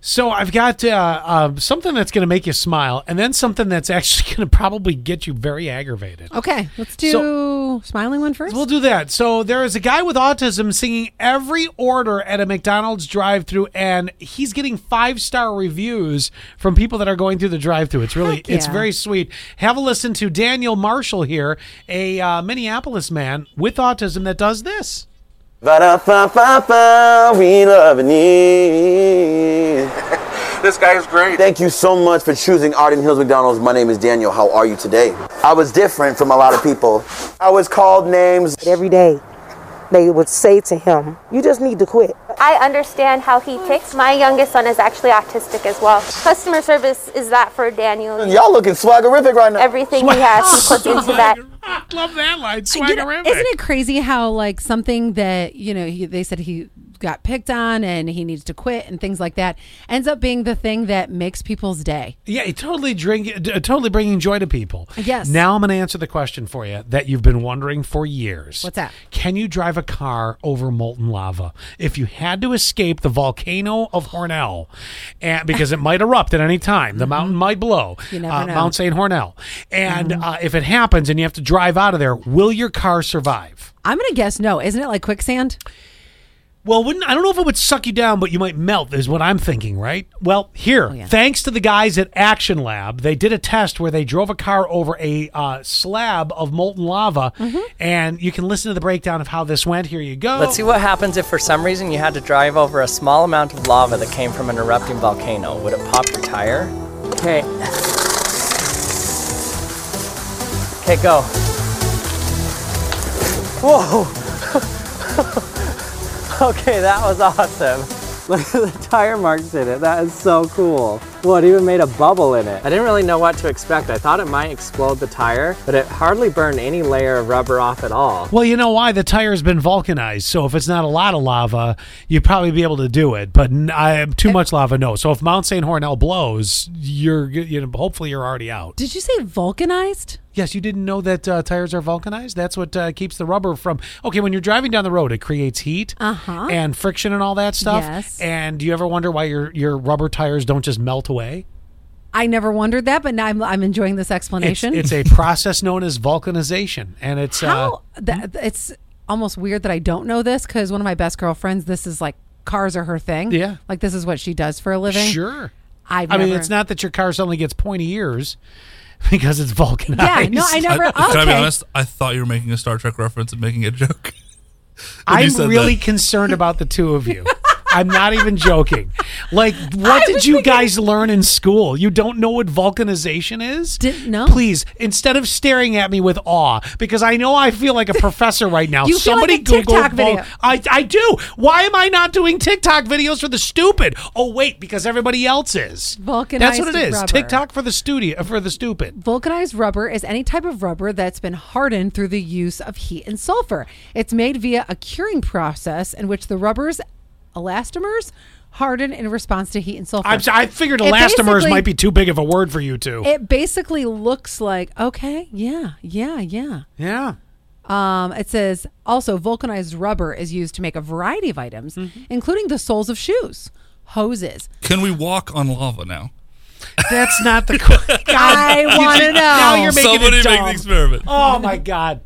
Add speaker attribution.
Speaker 1: So I've got uh, uh, something that's going to make you smile, and then something that's actually going to probably get you very aggravated.
Speaker 2: Okay, let's do smiling one first.
Speaker 1: We'll do that. So there is a guy with autism singing every order at a McDonald's drive-through, and he's getting five-star reviews from people that are going through the drive-through. It's really,
Speaker 2: Heck yeah.
Speaker 1: it's very sweet. Have a listen to Daniel Marshall here, a uh, Minneapolis man with autism that does this.
Speaker 3: Ba-da-fa-fa-fa, we loving you.
Speaker 4: This guy is great.
Speaker 3: Thank you so much for choosing Arden Hills McDonald's. My name is Daniel. How are you today? I was different from a lot of people. I was called names.
Speaker 5: every day they would say to him, You just need to quit.
Speaker 6: I understand how he ticks. My youngest son is actually autistic as well. Customer service is that for Daniel.
Speaker 3: Y'all looking swaggerific right now.
Speaker 6: Everything he has, he puts into that.
Speaker 1: Love that line,
Speaker 2: You know,
Speaker 1: swaggerific.
Speaker 2: isn't it crazy how like something that you know he, they said he got picked on and he needs to quit and things like that ends up being the thing that makes people's day.
Speaker 1: Yeah, it totally drink, uh, totally bringing joy to people.
Speaker 2: Yes.
Speaker 1: Now I'm going to answer the question for you that you've been wondering for years.
Speaker 2: What's that?
Speaker 1: Can you drive a car over molten lava if you had to escape the volcano of Hornell, and because it might erupt at any time, the mountain might blow.
Speaker 2: Mm-hmm. You never
Speaker 1: uh,
Speaker 2: know. Mm-hmm.
Speaker 1: Mount St. Hornell, and uh, if it happens and you have to drive out of there, will your car survive?
Speaker 2: I'm gonna guess no. Isn't it like quicksand?
Speaker 1: Well, wouldn't I don't know if it would suck you down, but you might melt is what I'm thinking, right? Well, here,
Speaker 7: Oh,
Speaker 2: yeah.
Speaker 1: thanks to the guys at Action Lab, they did a test where they drove a car over a uh, slab of molten lava, and you can listen to the breakdown of how this went. Here you go.
Speaker 7: Mm-hmm. Let's see what happens if for some reason you had to drive over a small amount of lava that came from an erupting volcano. Would it pop your tire? Okay. Okay, go. Whoa! okay, that was awesome. Look at the tire marks in it. That is so cool. Well, it even made a bubble in it. I didn't really know what to expect. I thought it might explode the tire, but it hardly burned any layer of rubber off at all.
Speaker 1: Well, you know why the tire's been vulcanized, so if it's not a lot of lava, you'd probably be able to do it. But n- I too much lava, no. So if Mount St. Hornell blows, you're g- you know hopefully you're already out.
Speaker 2: Did you say vulcanized?
Speaker 1: Yes, you didn't know that uh, tires are vulcanized. That's what uh, keeps the rubber from. Okay, when you're driving down the road, it creates heat
Speaker 2: Uh-huh.
Speaker 1: and friction and all that stuff.
Speaker 2: Yes.
Speaker 1: And do you ever wonder why your your rubber tires don't just melt away?
Speaker 2: I never wondered that, but now I'm, I'm enjoying this
Speaker 1: It's,
Speaker 2: explanation.
Speaker 1: it's a process known as vulcanization, and it's uh,
Speaker 2: How that it's almost weird that I don't know this because one of my best girlfriends, this is like cars are her thing.
Speaker 1: Yeah.
Speaker 2: like this is what she does for a
Speaker 1: uh,
Speaker 2: living.
Speaker 1: sure.
Speaker 2: I've
Speaker 1: I mean,
Speaker 2: never-
Speaker 1: it's not that your car suddenly gets pointy ears because it's vulcanized.
Speaker 2: Yeah, no, I never.
Speaker 8: I, Can I be
Speaker 2: okay.
Speaker 8: honest? I thought you were making a Star Trek reference and making a joke. When you
Speaker 1: I'm
Speaker 8: said
Speaker 1: really
Speaker 8: that.
Speaker 1: concerned about the two of you. I'm not even joking. Like, what
Speaker 2: I
Speaker 1: did
Speaker 2: was
Speaker 1: you
Speaker 2: thinking-
Speaker 1: guys learn in school? You don't know what vulcanization is?
Speaker 2: Didn't know.
Speaker 1: Please, instead of staring at me with awe, because I know I feel like a professor right now.
Speaker 2: You feel like
Speaker 1: Somebody
Speaker 2: a TikTok
Speaker 1: Google
Speaker 2: video.
Speaker 1: I, I do. Why am I not doing TikTok videos for the stupid? Oh wait, because everybody else is. That's what it
Speaker 2: Vulcanized
Speaker 1: is.
Speaker 2: rubber.
Speaker 1: TikTok for the studio for the stupid.
Speaker 2: Vulcanized rubber is any type of rubber that's been hardened through the use of heat and sulfur. It's made via a curing process in which the rubber's elastomers harden in response to heat and sulfur.
Speaker 1: I'm, so- I figured
Speaker 2: It
Speaker 1: elastomers
Speaker 2: basically-
Speaker 1: might be too big of a word for you two.
Speaker 2: It basically looks like okay, yeah, yeah, yeah.
Speaker 1: yeah.
Speaker 2: Um, it says also vulcanized rubber is used to make a variety of items,
Speaker 1: Mm-hmm.
Speaker 2: including the soles of shoes, hoses.
Speaker 8: Can we walk on lava now?
Speaker 1: That's not the. que- God,
Speaker 2: I
Speaker 1: you
Speaker 2: wanna
Speaker 1: just-
Speaker 2: know.
Speaker 1: Now you're making
Speaker 8: Somebody
Speaker 1: it
Speaker 8: make
Speaker 1: dumb.
Speaker 8: the experiment.
Speaker 1: Oh my God!